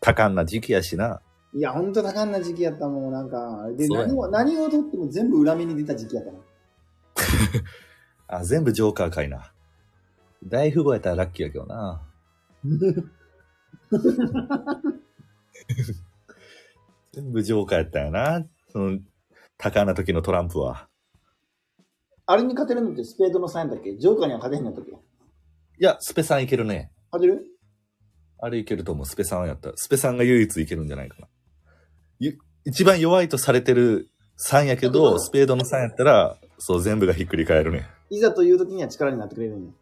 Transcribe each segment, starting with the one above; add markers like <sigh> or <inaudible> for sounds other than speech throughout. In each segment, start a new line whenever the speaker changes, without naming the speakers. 多感な時期やしな。
いや、ほんと多感な時期やったもん、なんか。で、
そうや
何を、何を取っても全部裏目に出た時期やったな。
あ、全部ジョーカーかいな。大富豪やったらラッキーやけどな。全部ジョーカーやったよな。その、多感な時のトランプは。
あれに勝てるのってスペードの3やったっけジョーカーには勝てへんのやったっけ
いや、スペさんいけるね。
勝てる
あれいけると思う。スペさんやったら。スペさんが唯一いけるんじゃないかな。ゆ一番弱いとされてる3やけど、スペードの3やったら、そう、全部がひっくり返るね。
いざという時には力になってくれるんや。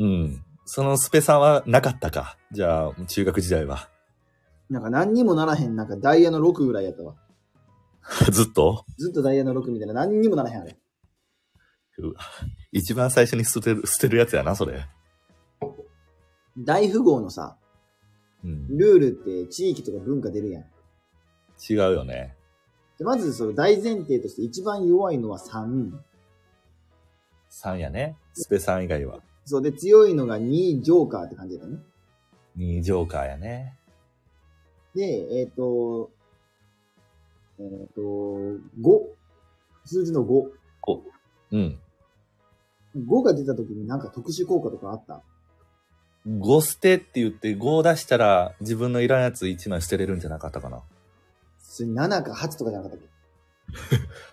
うん。そのスペさんはなかったか。じゃあ、中学時代は。
なんか何にもならへん、なんかダイヤの6ぐらいやったわ。
ずっと
ずっとダイヤの6みたいな、何にもならへん、あれ。
一番最初に捨てる、捨てるやつやな、それ。
大富豪のさ、
うん。
ルールって地域とか文化出るやん。
違うよね。
でまず、その大前提として一番弱いのは3。
3やね。スペさん以外は。
そうで、強いのが2、ジョーカーって感じだよね。
2ジョーカーやね。
で、えっ、と、えっ、と、5。数字の5。
うん。
5が出た時になんか特殊効果とかあった
5捨てって言って5を出したら自分のいらんやつ1枚捨てれるんじゃなかったかな。
それ7か8とかじゃなかったっけ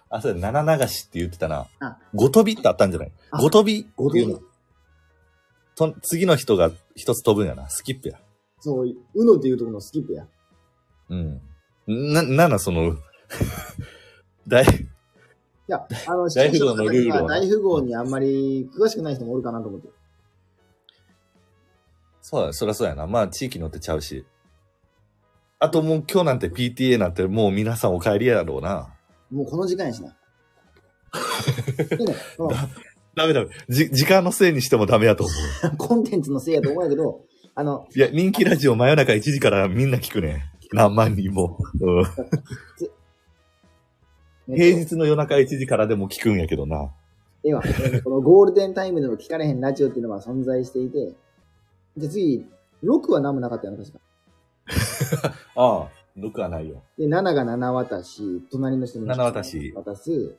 あ、それ7流しって言ってたな
あ。
5飛びってあったんじゃない
あ
?5 飛び
5
っていう
と
のと次の人が一つ飛ぶんやな。スキップや。
そう、うのっていうところのスキップや。
うん。な、なんなんその、 <laughs> 大、
いや、あの、
<laughs> 大富豪のルールは
視聴者の方には大富豪にあんまり詳しくない人もおるかなと思って。
そうだ、そりゃそうやな。まあ、地域によってちゃうし。あともう今日なんて PTA なんてもう皆さんお帰りやろうな。
もうこの時間や
<laughs>
しな。でね、その
ダメダメ。じ、時間のせいにしてもダメやと思う。
コンテンツのせいやと思うんやけど、あの、
いや、人気ラジオ真夜中1時からみんな聞くね。何万人も。うん
えっと
平日の夜中1時からでも聞くんやけどな。
では、えー <laughs> このゴールデンタイムでも聞かれへんラジオっていうのは存在していて、で、次、6は何もなかったよね、確か。
ああ、6はないよ。
で、7が7渡し、隣の人に
七渡し
渡す、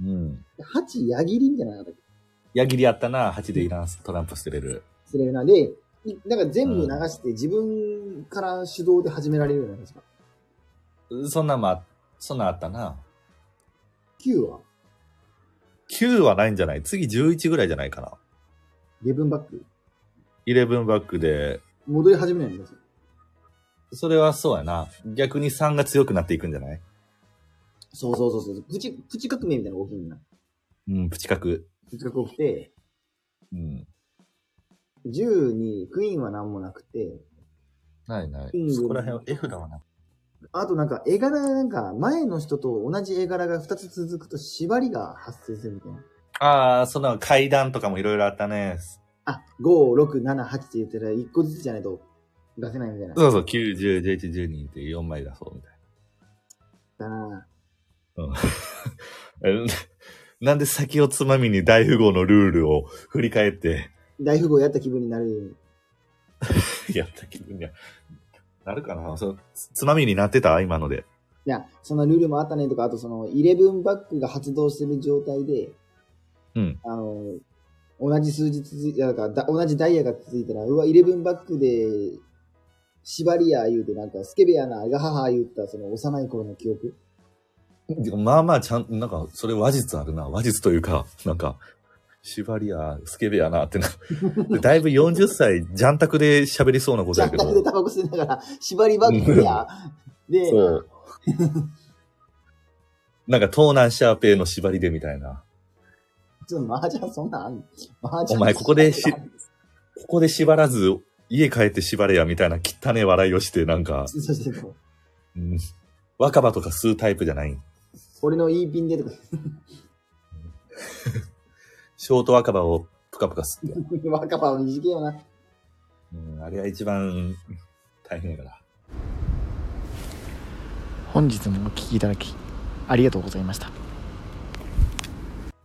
うん。
で8矢切りみたいなのがあったっ
矢切りあったな。8でいらんトランプ捨てれる。
けするようなで、いなんか全部流して自分から手動で始められるような、確か。
そんなんまあ、そんなんあったな。
9は、
9はないんじゃない次11ぐらいじゃないかな。
レブンバック。
11バックで、
戻り始めないんですよ。
それはそうやな。逆に3が強くなっていくんじゃない
そうそうそうそう。プチ、プチ革命みたいなのが起きるんだ。
うん、プチ角。
プチ革命起きて、
うん。
10にクイーンは何もなくて、
ないない
うん。
そこら辺は絵札はな。
あとなんか絵柄がなんか前の人と同じ絵柄が2つ続くと縛りが発生するみたいな。
ああ、そんな階段とかもいろいろあったね。
あ、5、6、7、8って言ってたら1個ずつじゃないと出せないみたいな。
そうそう、9、10、11、12って4枚出そうみたい
だな
な。なんで先をつまみに大富豪のルールを振り返って、
大富豪やった気分になる。
やった気分にはなるかなそうつつまみになってた今ので。
いや、そんなルールもあったねとか、あとその11バックが発動してる状態で、
うん。
あの、同じ数字続いて、なんかだ同じダイヤが続いたら、うわ、11バックで、縛りや言うて、なんか、スケベやな、ガハハ言った、その幼い頃の記憶。
まあまあ、ちゃん、なんか、それ話術あるな。話術というか、なんか、縛りや、スケベやなってな。だいぶ40歳、ジャンタクで喋りそうなこと
ジャ
や
ン
け
タクで
ど。
タバコ吸いながら、縛りバックや。で、
そう。なんか、東南シャーペイの縛りでみたいな。
ちょっと麻雀そんなんあん麻雀
お前ここでしここで縛らず、家帰って縛れやみたいな汚ね笑いをして、なんか、
そうそうそう
うん若葉とか吸うタイプじゃない。
俺のいいピンでとか、 <laughs>
ショート若葉をぷかぷか吸って。
若葉は短いよな。
うん、あれは一番大変やから。
本日もお聞きいただきありがとうございました